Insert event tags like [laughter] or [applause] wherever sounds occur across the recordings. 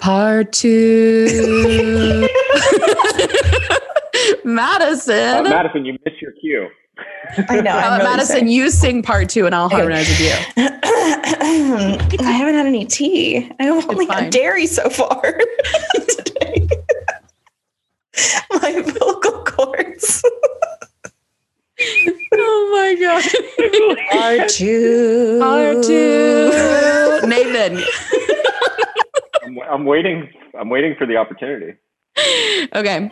Part two. Uh, [laughs] Madison. Oh, Madison, you missed your cue. I know. Uh, I'm really Madison, sorry. you sing part two and I'll Okay. harmonize with you. [clears throat] I haven't had any tea. I've only fine. had dairy so far [laughs] today. My vocal cords [laughs] Oh my God. are too. part [laughs] two. Nathan. I'm, I'm waiting. I'm waiting for the opportunity. Okay.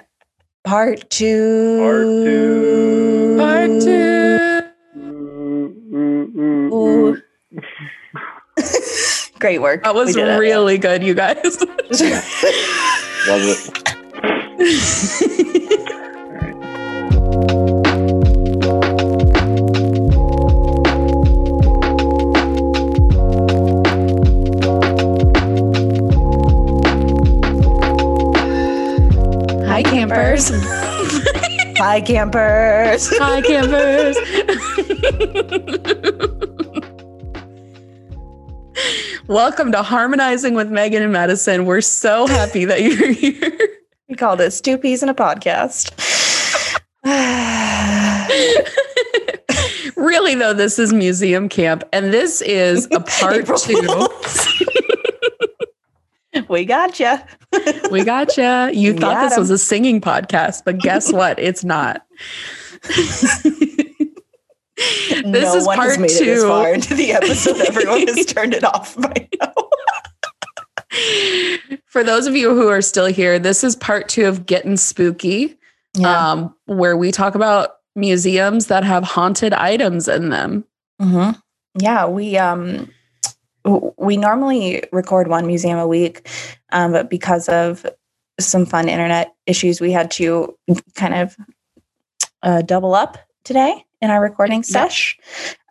Part two. Part two. Part two. Great work. That was We did it. really good, you guys. [laughs] Love it. Hi, [laughs] campers. [laughs] Bye, campers. Hi, campers. Welcome to Harmonizing with Megan and Madison. We're so happy that you're [laughs] here. We called it two peas in a podcast. [sighs] really, though, this is museum camp, and this is [laughs] a part April two. Fools. we gotcha. We gotcha. [laughs] You We thought got this 'em. was a singing podcast, but [laughs] guess what? It's not. This This is part it this two. far into the episode. Everyone [laughs] has turned it off by now. For those of you who are still here, this is part two of Getting Spooky, um, where we talk about museums that have haunted items in them. hmm Yeah, we um w- we normally record one museum a week, um, but because of some fun internet issues, we had to kind of uh, double up today in our recording sesh.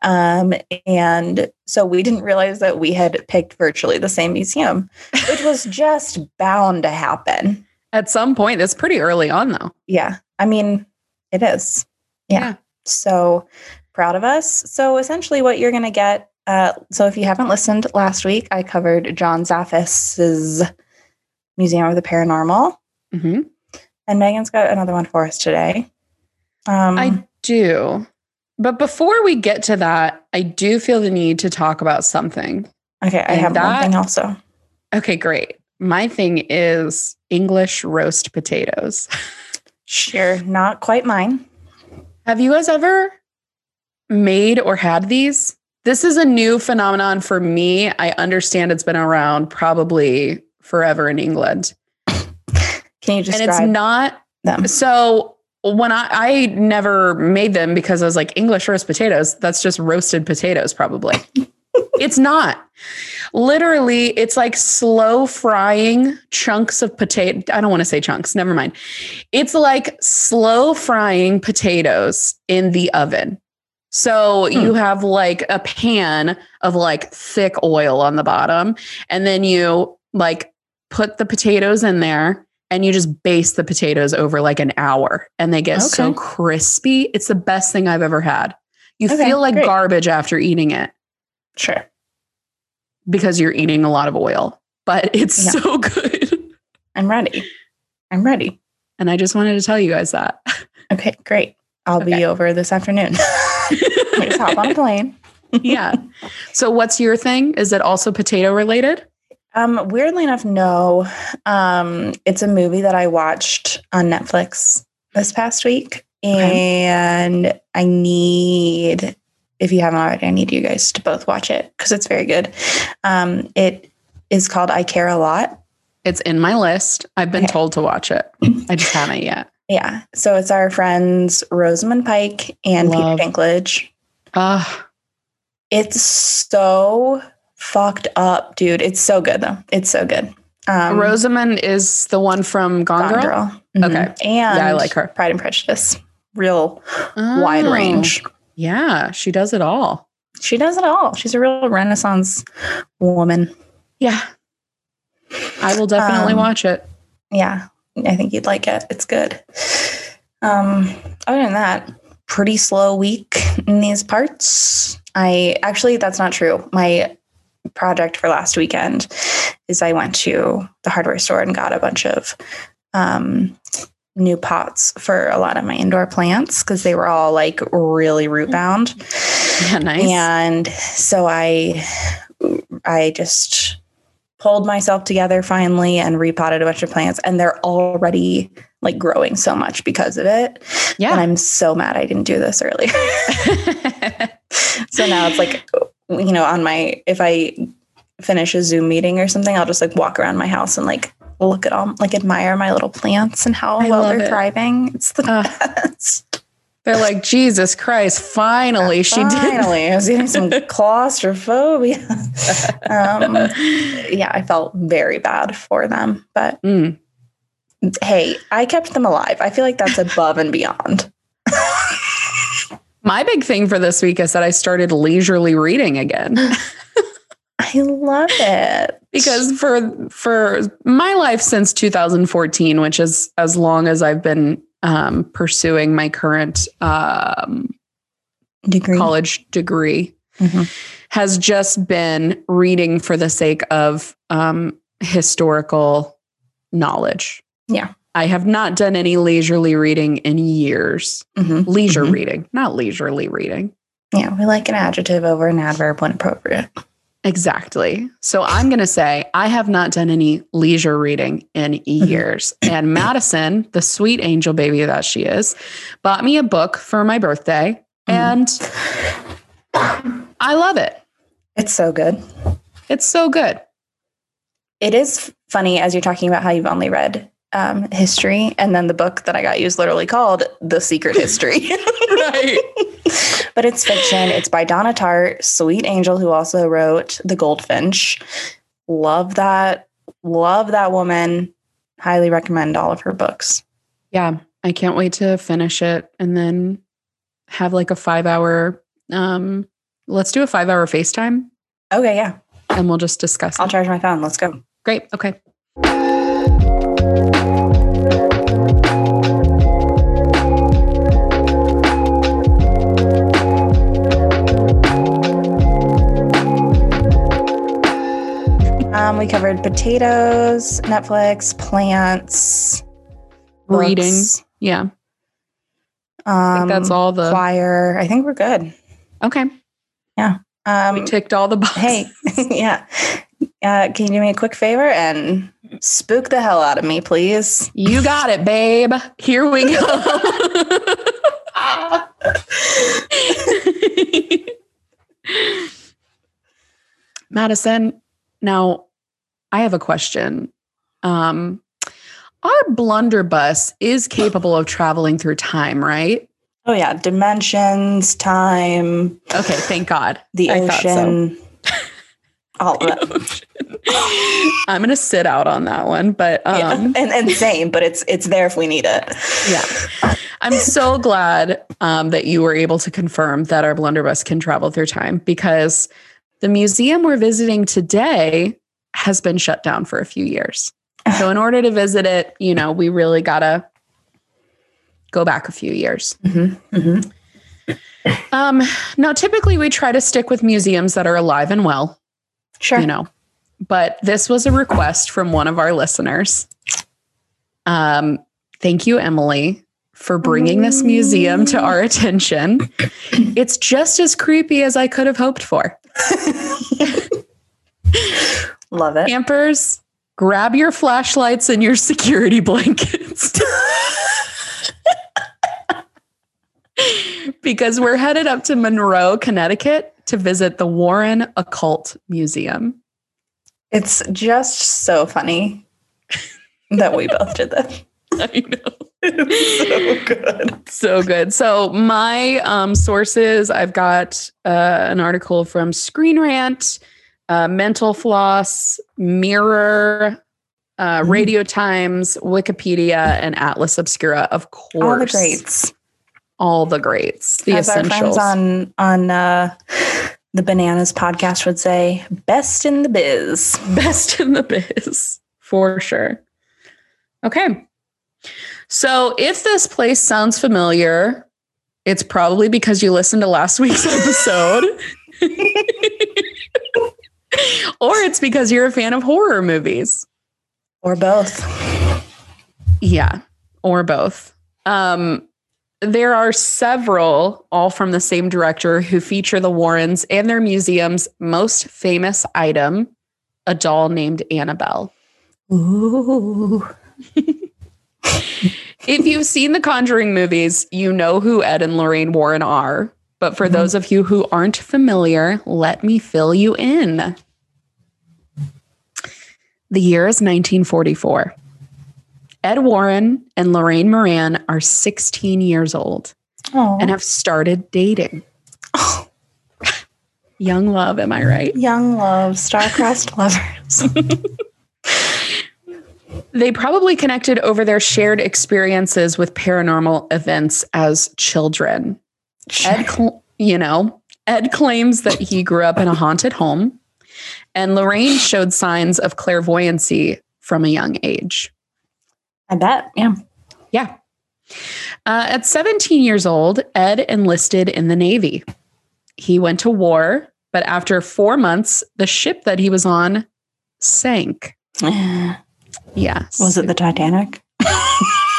Um, and so we didn't realize that we had picked virtually the same museum, which [laughs] was just bound to happen. At some point, that's pretty early on, though. Yeah. I mean, it is. Yeah. Yeah. So proud of us. So essentially, what you're going to get. Uh, so if you haven't listened last week, I covered John Zaffis's Museum of the Paranormal, Mm-hmm. and Megan's got another one for us today. Um, I do. But before we get to that, I do feel the need to talk about something. okay, I and have that- one thing also. Okay, great. My thing is English roast potatoes. Sure, not quite mine. Have you guys ever made or had these? This is a new phenomenon for me. I understand it's been around probably forever in England. Can you and it's describe not them? so when I, I never made them because I was like, English roast potatoes, that's just roasted potatoes, [laughs] probably. it's not. Literally, it's like slow frying chunks of potato. I don't want to say chunks, never mind. It's like slow frying potatoes in the oven. Hmm. So you have like a pan of like thick oil on the bottom, and then you like put the potatoes in there and you just baste the potatoes over like an hour and they get so Okay. crispy. It's the best thing I've ever had. You Okay, feel like great. garbage after eating it Sure. because you're eating a lot of oil, but it's Yeah. so [laughs] good. I'm ready. I'm ready. And I just wanted to tell you guys that. Okay, great. I'll Okay. be over this afternoon. [laughs] [laughs] Let's hop on a plane. yeah. So what's your thing? Is it also potato related? Um, weirdly enough, no. Um, it's a movie that I watched on Netflix this past week, Okay. and I need, if you haven't already, I need you guys to both watch it because it's very good. Um, it is called "I Care a Lot." It's in my list. I've been Okay. told to watch it. I just haven't yet. Yeah, so it's our friends Rosamund Pike and Love. Peter Dinklage. Ah, It's so fucked up, dude. It's so good though. It's so good. Um, Rosamund is the one from Gone, Gone Girl. Girl. Mhm. Okay. And Yeah, I like her. Pride and Prejudice. Real wide Oh. range. Yeah, she does it all. She does it all. She's a real renaissance woman. Yeah. I will definitely Um, watch it. [laughs] Yeah. I think you'd like it. It's good. Um, other than that, pretty slow week in these parts. I actually that's not true. My project for last weekend is I went to the hardware store and got a bunch of um, new pots for a lot of my indoor plants because they were all like really root bound. Yeah, nice. And so I I just pulled myself together finally and repotted a bunch of plants and they're already like growing so much because of it. Yeah. And I'm so mad I didn't do this earlier. [laughs] so now it's like you know, on my if I finish a Zoom meeting or something, I'll just like walk around my house and like look at all like admire my little plants and how I well love they're it. thriving. It's the [laughs] [laughs] Ugh. best. They're like, Jesus Christ, finally she [laughs] did. Finally, I was getting some claustrophobia. um, yeah, I felt very bad for them, but Mm. hey, I kept them alive. I feel like that's above and beyond. My big thing for this week is that I started leisurely reading again. I love it because for for my life since 2014 which is as long as i've been um, pursuing my current um, degree. college degree Mhm. has just been reading for the sake of um, historical knowledge Yeah. i have not done any leisurely reading in years Mhm. leisure Mhm. reading not leisurely reading Yeah, we like an adjective over an adverb when appropriate. Exactly. So I'm going to say I have not done any leisure reading in [clears throat] years. and Madison, the sweet angel baby that she is, bought me a book for my birthday. Mhm. And Mm. I love it. It's so good. It's so good. It is funny as you're talking about how you've only read um, history, and then the book that I got you is literally called The Secret History. [laughs] Right. [laughs] but it's fiction. It's by Donna Tartt, Sweet Angel, who also wrote The Goldfinch. Love that. Love that woman. Highly recommend all of her books. yeah. I can't wait to finish it and then have like a five hour, um, let's do a five hour FaceTime Okay, yeah. and we'll just discuss I'll it. charge my phone. Let's go. Great. Okay. Um, we covered potatoes, Netflix, plants, Reading. books, Yeah. I Um, think that's all the. Choir. I think we're good. Okay. We Um, ticked all the boxes. hey, [laughs] yeah. Uh, can you do me a quick favor and spook the hell out of me, please? You got it, babe. Here we go. [laughs] Madison, now I have a question. Um, our blunderbuss is capable of traveling through time, right? Oh yeah, dimensions, time, Okay, thank God. the I thought so. [laughs] ocean, all of it. I'm gonna sit out on that one, but Yeah. um, And, and same, but it's it's there if we need it. Yeah. I'm so glad um, that you were able to confirm that our blunderbuss can travel through time because the museum we're visiting today has been shut down for a few years. So, in order to visit it, you know, we really gotta go back a few years. Mm-hmm. Mm-hmm. Um, now, typically, we try to stick with museums that are alive and well, Sure. you know, but this was a request from one of our listeners. Um, thank you, Emily, for bringing this museum to our attention. It's just as creepy as I could have hoped for. Love it. Campers, grab your flashlights and your security [laughs] blankets. because we're headed up to Monroe, Connecticut to visit the Warren Occult Museum. It's just so funny that we both did [laughs] that. I know. so good. so good. So my um, sources, I've got uh, an article from Screen Rant, uh, Mental Floss, Mirror, uh, Mm. Radio Times, Wikipedia, and Atlas Obscura. Of course, All the greats. All the greats. The As essentials. our friends on on uh, the Bananas podcast would say, best in the biz. best in the biz for sure. Okay. So if this place sounds familiar, it's [laughs] probably because you listened to last week's episode. or it's because you're a fan of horror movies. or both. Yeah, or both. Um, there are several, all from the same director, who feature the Warrens and their museum's most famous item, a doll named Annabelle. Ooh. If you've seen the Conjuring movies, you know who Ed and Lorraine Warren are. But for Mhm. those of you who aren't familiar, let me fill you in. The year is 1944. Ed Warren and Lorraine Moran are 16 years old Oh. and have started dating. Young love, am I right? Young love, star-crossed [laughs] lovers. They probably connected over their shared experiences with paranormal events as children. Ed, cl- you know, Ed claims that he grew up in a haunted home, and Lorraine showed signs of clairvoyancy from a young age. I bet. Yeah. Yeah. Uh, at 17 years old, Ed enlisted in the Navy. He went to war, but after four months, the ship that he was on sank. Yes. Was it the Titanic?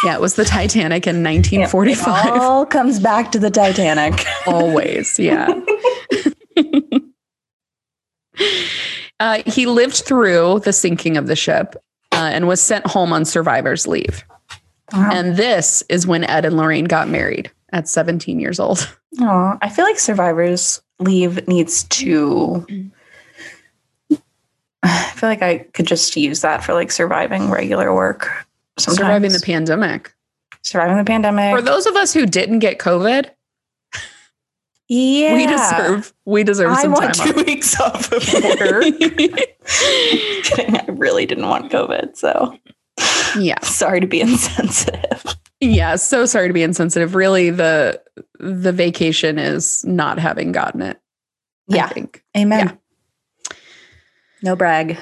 Yeah, it was the Titanic in 1945. It all comes back to the Titanic. Oh. always yeah uh, he lived through the sinking of the ship uh, and was sent home on survivor's leave Wow. and this is when ed and lorraine got married at 17 years old [laughs] [laughs] Aw, I feel like survivors leave needs to. [sighs] I feel like I could just use that for like surviving regular work. Sometimes. surviving the pandemic surviving the pandemic. for those of us who didn't get covid yeah, we deserve we deserve I some want time two off. weeks off [laughs] of work. [laughs] Kidding, I really didn't want COVID, so yeah sorry to be [laughs] insensitive. yeah so sorry to be insensitive really the the vacation is not having gotten it i Yeah, think amen. Yeah. No brag.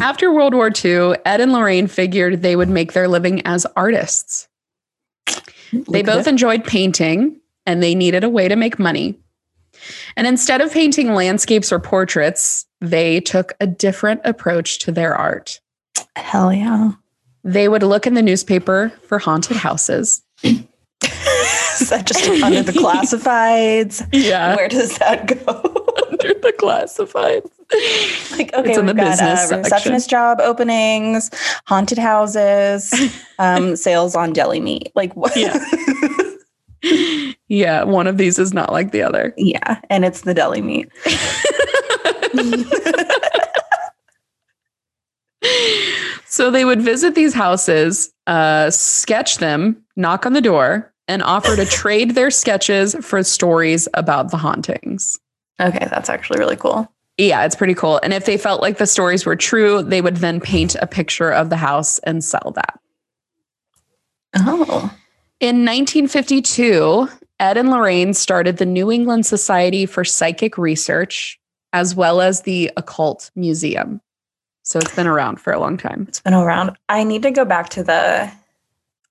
After World War II, Ed and Lorraine figured they would make their living as artists. They both enjoyed painting and they needed a way to make money. And instead of painting landscapes or portraits, they took a different approach to their art. hell yeah. They would look in the newspaper for haunted houses. [laughs] Is that just under [laughs] the classifieds? Yeah, Where does that go? [laughs] under the classifieds. [laughs] like okay, It's in we've the got, business uh, receptionist job openings, [laughs] haunted houses, um, sales on deli meat. Like what? Yeah. yeah, one of these is not like the other. [laughs] Yeah, and it's the deli meat. so they would visit these houses, uh, sketch them, knock on the door, and offer to trade their sketches for stories about the hauntings. Okay, that's actually really cool. Yeah, it's pretty cool. And if they felt like the stories were true, they would then paint a picture of the house and sell that. Oh, In 1952, Ed and Lorraine started the New England Society for Psychic Research, as well as the Occult Museum. So it's been around for a long time. it's been around. I need to go back to the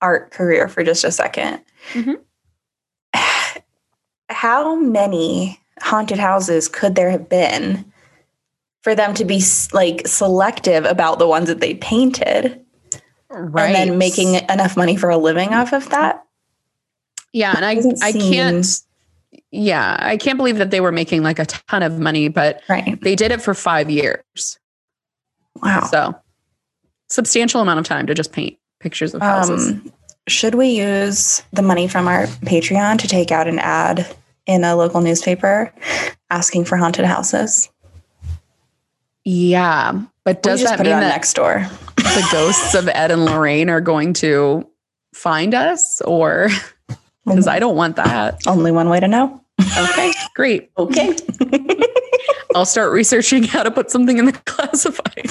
art career for just a 2nd Mhm. Mm-hmm. [sighs] How many haunted houses could there have been for them to be s- like selective about the ones that they painted? Right. and then making enough money for a living off of that. Yeah, and I Doesn't I seem- can't yeah, I can't believe that they were making like a ton of money, but Right. they did it for 5 years. Wow. So substantial amount of time to just paint pictures of houses. Um, should we use the money from our Patreon to take out an ad in a local newspaper asking for haunted houses? yeah, but We does just that put it mean on that next door? the ghosts of Ed and Lorraine are going to find us or [laughs] cuz I don't want that. Only one way to know. Okay, great. Okay. I'll start researching how to put something in the [laughs] classified.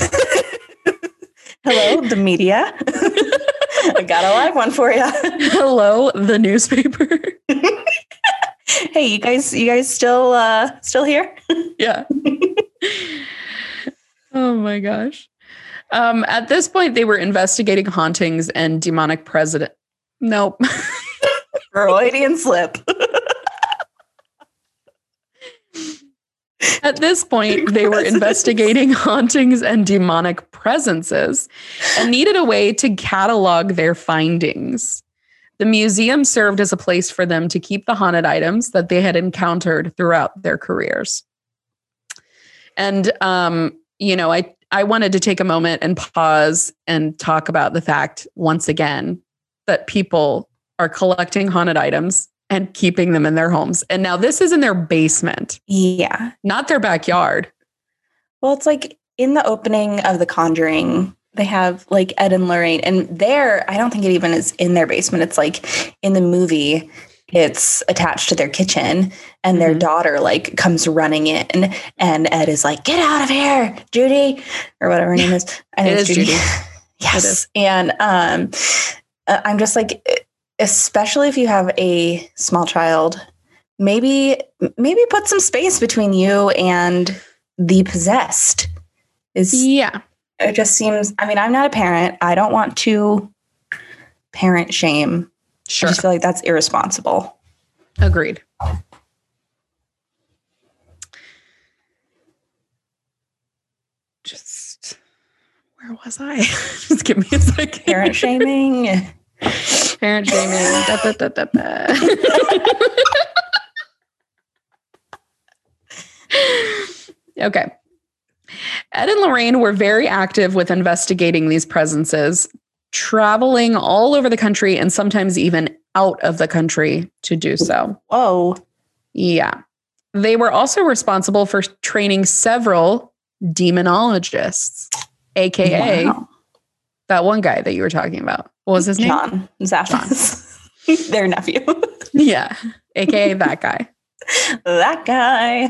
[laughs] Hello, the [laughs] media. I got a live one for you. Hello, the newspaper. hey, you guys, you guys still uh still here? yeah. [laughs] oh my gosh. Um, at this point, they were investigating hauntings and demonic president. Nope. Freudian slip. [laughs] At this point, they were Presence. investigating [laughs] hauntings and demonic presences and needed a way to catalog their findings. The museum served as a place for them to keep the haunted items that they had encountered throughout their careers. And um, you know, I I wanted to take a moment and pause and talk about the fact once again that people are collecting haunted items and keeping them in their homes. And now this is in their basement Yeah. not their backyard. Well, it's like in the opening of The Conjuring, they have like Ed and Lorraine, and there, I don't think it even is in their basement. It's like in the movie, it's attached to their kitchen, and their Mhm. daughter like comes running in, and Ed is like, "Get out of here, Judy," or whatever her [laughs] name is. It I think is it's Judy. yes, It is. and um, uh, I'm just like, especially if you have a small child, maybe maybe put some space between you and the possessed. Is Yeah. it just seems? I mean, I'm not a parent. I don't want to parent shame. Sure. I just feel like [laughs] that's irresponsible. Agreed. Just where was I? [laughs] Just give me a second. Parent shaming. Parent shaming. da, da, da, da, da. okay. Ed and Lorraine were very active with investigating these presences, traveling all over the country and sometimes even out of the country to do so. Whoa. Yeah. They were also responsible for training several demonologists, aka Wow. that one guy that you were talking about. What was his name? John Zaphos. [laughs] Their nephew. [laughs] Yeah. AKA that guy. that guy.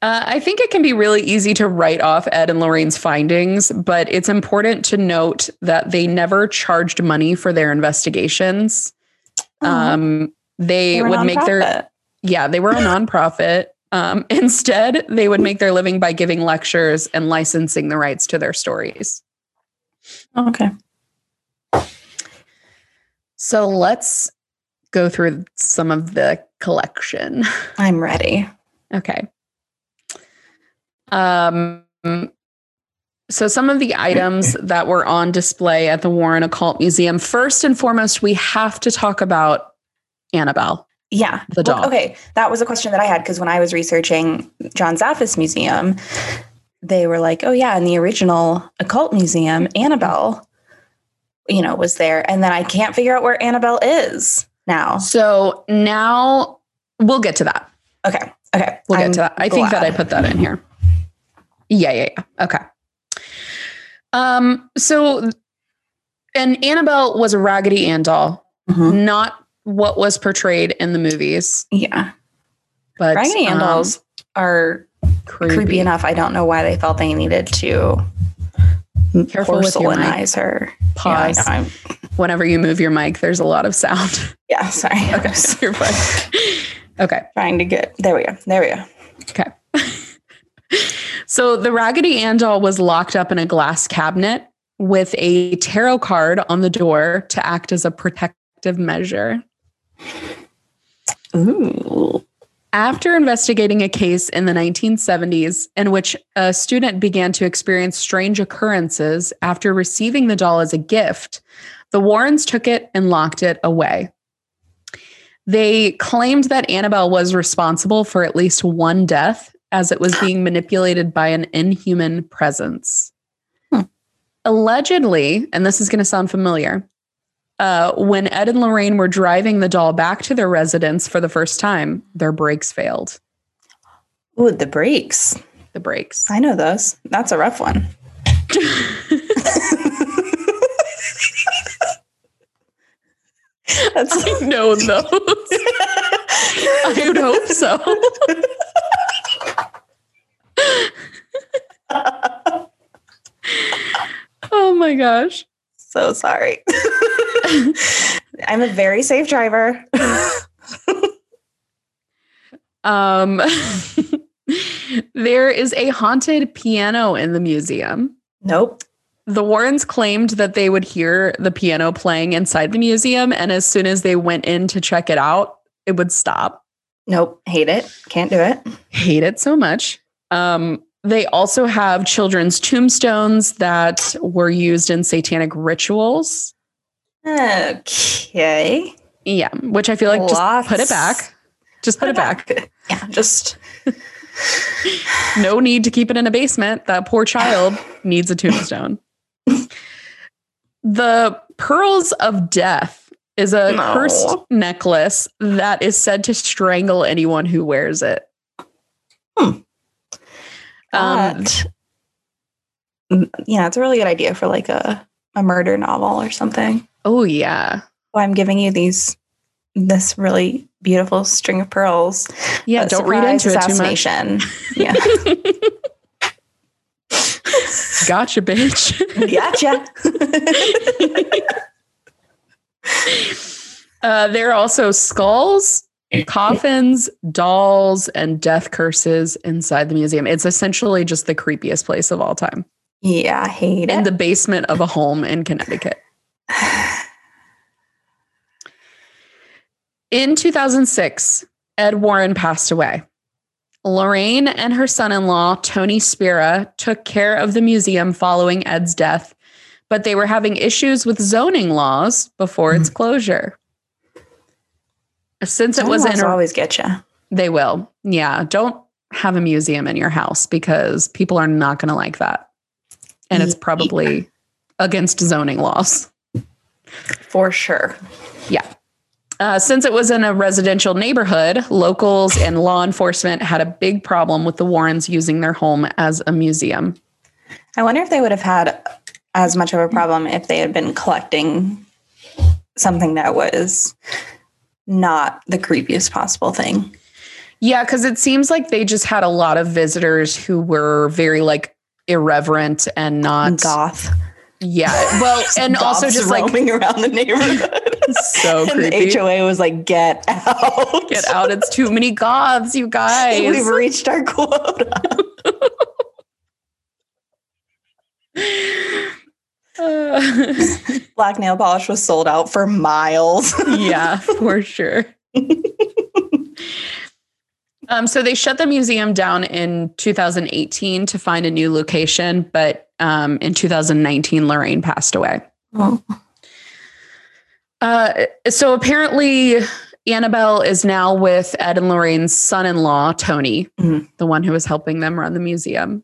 Uh, I think it can be really easy to write off Ed and Lorraine's findings, but it's important to note that they never charged money for their investigations. Um, they Oh, They were would make their nonprofit. yeah, they were a nonprofit. Um, [laughs] instead, they would make their living by giving lectures and licensing the rights to their stories. okay. So let's go through some of the collection. I'm ready. Okay. Um, so some of the [clears throat] items that were on display at the Warren Occult Museum. First and foremost, we have to talk about Annabelle, Yeah. the Well, doll. okay. That was a question that I had because when I was researching John Zaffis Museum, they were like, oh, yeah, in the original occult museum, Annabelle, you know, was there. And then I can't figure out where Annabelle is now. So now we'll get to that. Okay. Okay. We'll get I'm- to that. I think that I glad. put that in here. Yeah, yeah, yeah. Okay. Um, so and Annabelle was a Raggedy Ann doll, Mhm. not what was portrayed in the movies, Yeah. but Raggedy Ann um, dolls are creepy. enough. I don't know why they felt they needed to Careful with your mic. porcelanize her. Pause. Yeah, I know. I'm- Whenever you move your mic, there's a lot of sound. [laughs] yeah sorry. [laughs] Okay, so you're fine. okay. Trying to get there. We go. There we go. So the Raggedy Ann doll was locked up in a glass cabinet with a tarot card on the door to act as a protective measure. Ooh. After investigating a case in the 1970s in which a student began to experience strange occurrences after receiving the doll as a gift, the Warrens took it and locked it away. They claimed that Annabelle was responsible for at least one death as it was being manipulated by an inhuman presence. Hmm. Allegedly, and this is going to sound familiar, uh, when Ed and Lorraine were driving the doll back to their residence for the first time, their brakes failed. Ooh, the breaks. The brakes. I know those. That's a rough one. [laughs] That's [laughs] I know those. I would hope so. oh my gosh. so sorry. [laughs] I'm a very safe driver. Um, [laughs] there is a haunted piano in the museum. Nope. The Warrens claimed that they would hear the piano playing inside the museum, and as soon as they went in to check it out, it would stop. Nope, hate it. Can't do it. Hate it so much. Um, they also have children's tombstones that were used in satanic rituals. Okay. Yeah, which I feel like Lots. just put it back. Just put it back. Yeah, just No need to keep it in a basement. That poor [laughs] child needs a tombstone. the Pearls of Death is a No. cursed necklace that is said to strangle anyone who wears it. Hmm. Um, that. Mm, yeah, it's a really good idea for like a, a murder novel or something. oh, yeah. Well, I'm giving you these this really beautiful string of pearls. Yeah, but don't read surprise, into it too much. assassination. [laughs] Yeah. Gotcha, bitch. [laughs] gotcha. Uh, there are also skulls, coffins, dolls, and death curses inside the museum. It's essentially just the creepiest place of all time [laughs] yeah, I hate in it. the basement of a home in Connecticut. In 2006, Ed Warren passed away. Lorraine and her son in law, Tony Spira, took care of the museum following Ed's death, but they were having issues with zoning laws before its closure. Since it was in a always get you. They will. Yeah. Don't have a museum in your house because people are not going to like that. And it's Yeah. probably against zoning laws. For sure. Uh, since it was in a residential neighborhood, locals and law enforcement had a big problem with the Warrens using their home as a museum. I wonder if they would have had as much of a problem if they had been collecting something that was not the creepiest possible thing. Yeah, because it seems like they just had a lot of visitors who were very like irreverent and not. Goth. Yeah. [laughs] Well, and also Goths just like [laughs] roaming around the neighborhood. so and creepy. the HOA was like, get out. Get out. It's too many goths, you guys. [laughs] We've reached our quota. Uh, [laughs] Black nail polish was sold out for miles. [laughs] yeah, for sure. [laughs] um, so they shut the museum down in 2018 to find a new location, but um, in 2019, Lorraine passed away. Oh. Uh, so apparently, Annabelle is now with Ed and Lorraine's son in law, Tony, Mhm. the one who was helping them run the museum.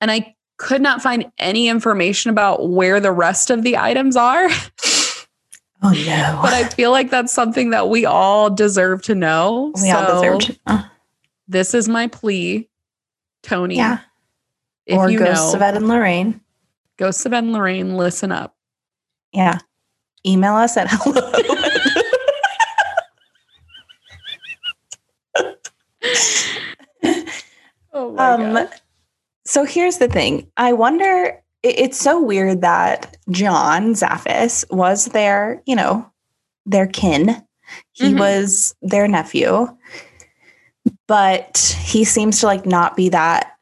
And I could not find any information about where the rest of the items are. Oh no. but I feel like that's something that we all deserve to know. we all So deserve to know. This is my plea, Tony. Yeah. If or you Ghosts know, of Ed and Lorraine. Ghosts of Ed and Lorraine, listen up. Yeah. Email us at [laughs] hello. Oh um, so here's the thing. I wonder. It, it's so weird that John Zaffis was their, you know, their kin. He Mhm. was their nephew, but he seems to like not be that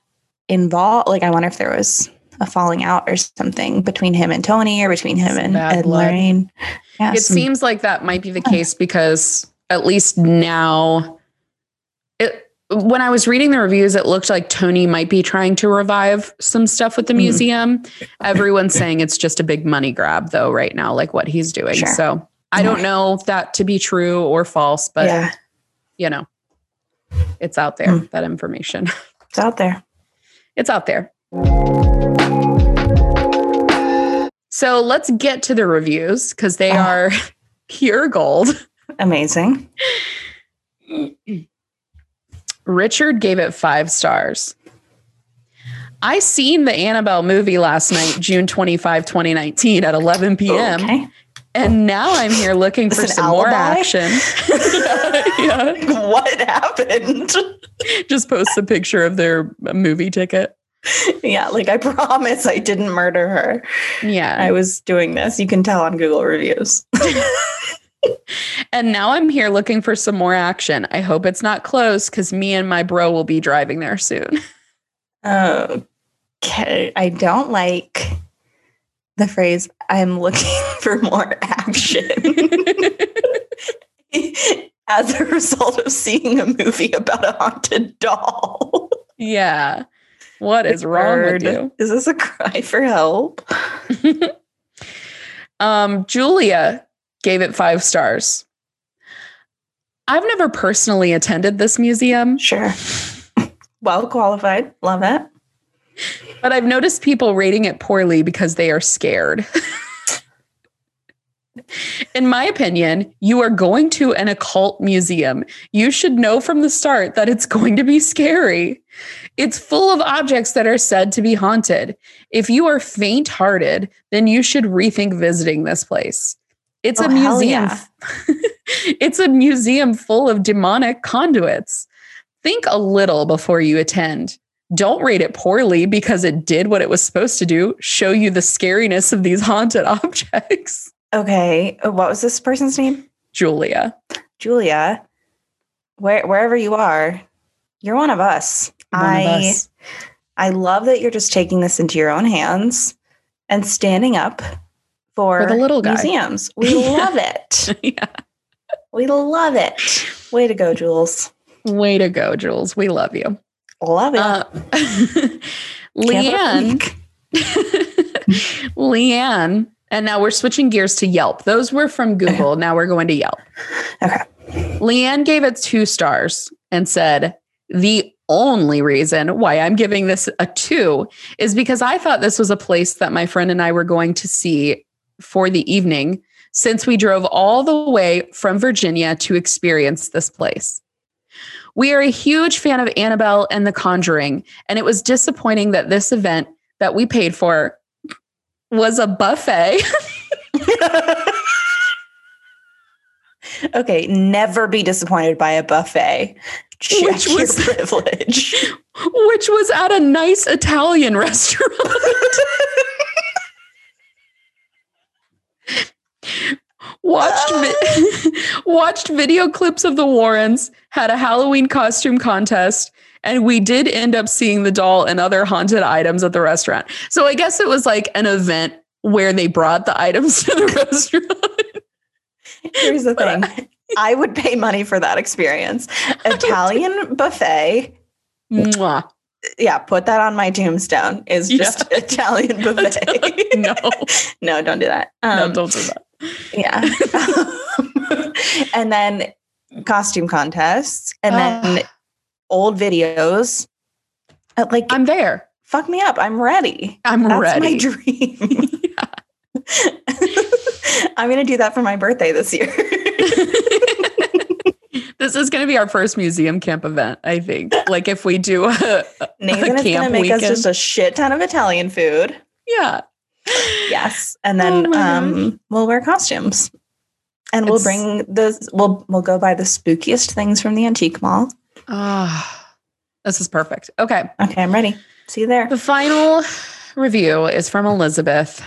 involved. Like, I wonder if there was a falling out or something between him and Tony, or between him Some and bad Ed blood. Lorraine. Yeah, It some- seems like that might be the case because at least now it when I was reading the reviews, it looked like Tony might be trying to revive some stuff with the Mhm. museum. Everyone's saying it's just a big money grab, though, right now, like what he's doing. Sure. So I don't know that to be true or false, but yeah, you know, it's out there, that information. [laughs] it's out there. It's out there. So let's get to the reviews because they Oh. are [laughs] pure gold. Amazing. Richard gave it five stars. I seen the Annabelle movie last night, June 25, 2019, at 11 p.m. Okay. And now I'm here looking It's for an some more alibi? action. [laughs] yeah, what happened? just post a picture of their movie ticket. yeah, like I [laughs] promise I didn't murder her. Yeah. I was doing this. You can tell on Google reviews. And now I'm here looking for some more action. I hope it's not closed because me and my bro will be driving there soon. [laughs] Okay. I don't like the phrase [laughs] I'm looking for more action. [laughs] as a result of seeing a movie about a haunted doll. Yeah. What is wrong with you? Is this a cry for help? um, Julia gave it five stars. I've never personally attended this museum, Sure. Well qualified. Love it. but I've noticed people rating it poorly because they are scared. In my opinion, you are going to an occult museum. You should know from the start that it's [laughs] going to be scary. It's full of objects that are said to be haunted. If you are faint hearted, then you should rethink visiting this place. It's Oh, a hell museum. yeah. [laughs] it's a museum full of demonic conduits. Think a little before you attend. Don't rate it poorly because it did what it was supposed to do show you the scariness of these haunted [laughs] objects. Okay. uh, What was this person's name? Julia. Julia. Where wherever you are, you're one of us. One I of us. I love that you're just taking this into your own hands and standing up for, For the little guy. museums. [laughs] We Yeah. love it. Yeah. We love it. Way to go, Jules. Way to go, Jules. We love you. Love it. Uh, [laughs] Leanne. [laughs] Leanne. And now we're switching gears to Yelp. Those were from Google. Now we're going to Yelp. Okay. Leanne gave it two stars and said, The only reason why I'm giving this a two is because I thought this was a place that my friend and I were going to see for the evening since we drove all the way from Virginia to experience this place. We are a huge fan of Annabelle and The Conjuring, and it was disappointing that this event that we paid for was a buffet. [laughs] [laughs] okay. Never be disappointed by a buffet. Check Which your was- privilege. which was at a nice Italian [laughs] restaurant. watched vi- [laughs] watched video clips of the Warrens, had a Halloween costume contest, and we did end up seeing the doll and other haunted items at the restaurant. So I guess it was like an event where they brought the items [laughs] to the restaurant. Here's the thing. I would pay money for [laughs] that experience. Italian buffet. Mwah. [laughs] Yeah, put that on my tombstone. Is Yeah. just [laughs] [laughs] Italian buffet. No, no, don't do that. no, Um, don't do that. Yeah. [laughs] and then costume contests and then old videos. Uh, Like, I'm there. fuck me up. I'm ready. I'm That's ready. my dream. [laughs] I'm going to do that for my birthday this year. [laughs] [laughs] this is going to be our first museum camp event, I think. Like if we do a Nathan is going to camp make us weekend. just a shit ton of Italian food. yeah. Yes. And Oh then my um, we'll wear costumes. And we'll It's- bring the we'll we'll go buy the spookiest things from the antique mall. Ah. this is perfect. Okay. Okay, I'm ready. See you there. The final review is from Elizabeth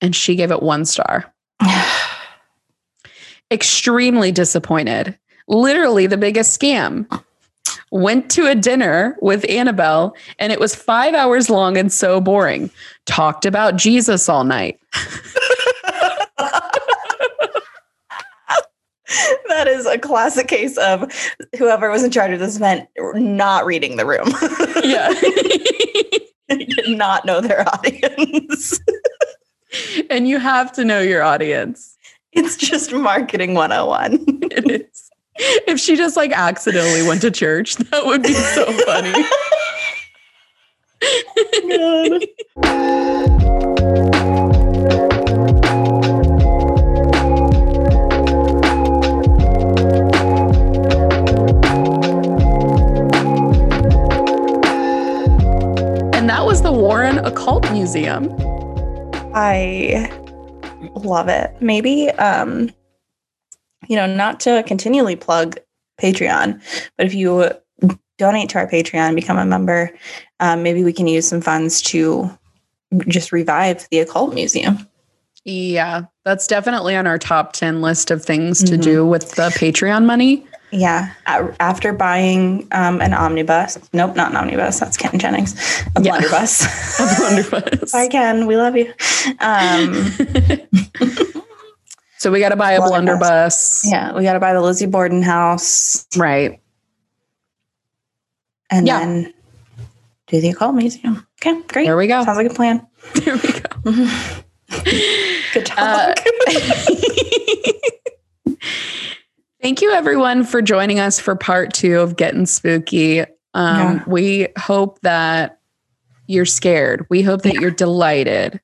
and she gave it 1 [sighs] star. Extremely disappointed. Literally the biggest scam. Went to a dinner with Annabelle and it was 5 hours long and so boring. Talked about Jesus all night. [laughs] [laughs] that is a classic case of whoever was in charge of this event not reading the room. [laughs] Yeah. Did not know their [laughs] audience. [laughs] and you have to know your audience. it's just marketing 101. It is. If she just like accidentally went to church, [laughs] that would be so funny. Oh and that was the Warren Occult Museum. I love it. Maybe um you know, not to continually plug Patreon, but if you donate to our Patreon, become a member, um, maybe we can use some funds to just revive the occult museum. Yeah, that's definitely on our top 10 list of things to Mhm. do with the Patreon [laughs] money. Yeah. A- After buying um, an omnibus, nope, not an omnibus, that's Ken Jennings, a Yeah. [laughs] blunderbuss. A blunderbuss. [laughs] Bye, Ken. We love you. Um, So we got to buy a blunderbuss. Yeah, we got to buy the Lizzie Borden house Right. and Yeah. then do the occult museum. Okay, great. There we go. Sounds like a plan. [laughs] There we go. Mhm. Good talk. Uh, Thank you, everyone, for joining us for part two of Getting Spooky. Um, Yeah. We hope that you're scared. We hope that you're delighted.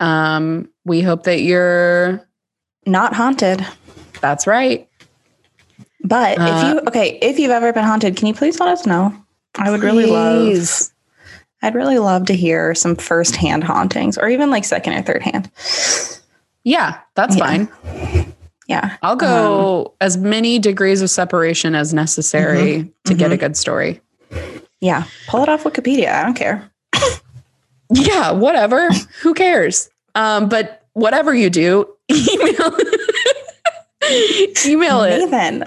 Um, we hope that you're. [laughs] Not haunted, That's right. but if Uh, you okay, if you've ever been haunted, can you please let us know? I would really love. Please. I'd really love to hear some firsthand hauntings, or even like second or third hand. Yeah, that's Yeah. Um, fine. Yeah, I'll go as many degrees of separation as necessary Mm-hmm. to get a good story. yeah. Pull it off Wikipedia. I don't care. Yeah, whatever. Who cares? Um, but whatever you do, [laughs] email email it. Nathan,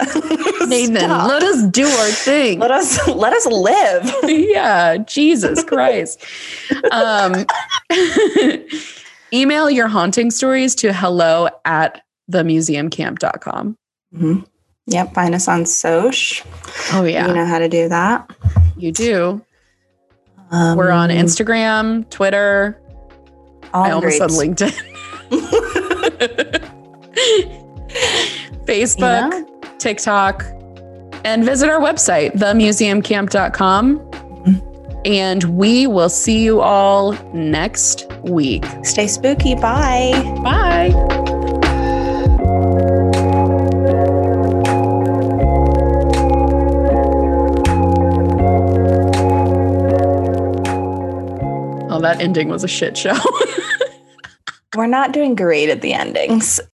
[laughs] Nathan, Stop. let us do our thing. let us let us live. yeah, Jesus [laughs] Christ. Um, [laughs] email your haunting stories to hello at themuseumcamp.com. Mm-hmm. Mhm. Yep, find us on Soch. Oh, You know how to do that. You do. Um, We're on Instagram, Twitter. all I almost said great. LinkedIn. [laughs] You Facebook, know? TikTok, and visit our website, themuseumcamp.com. And we will see you all next week. Stay spooky. Bye. Bye. Oh, that ending was a shit show. Oh, [laughs] We're not doing great at the endings.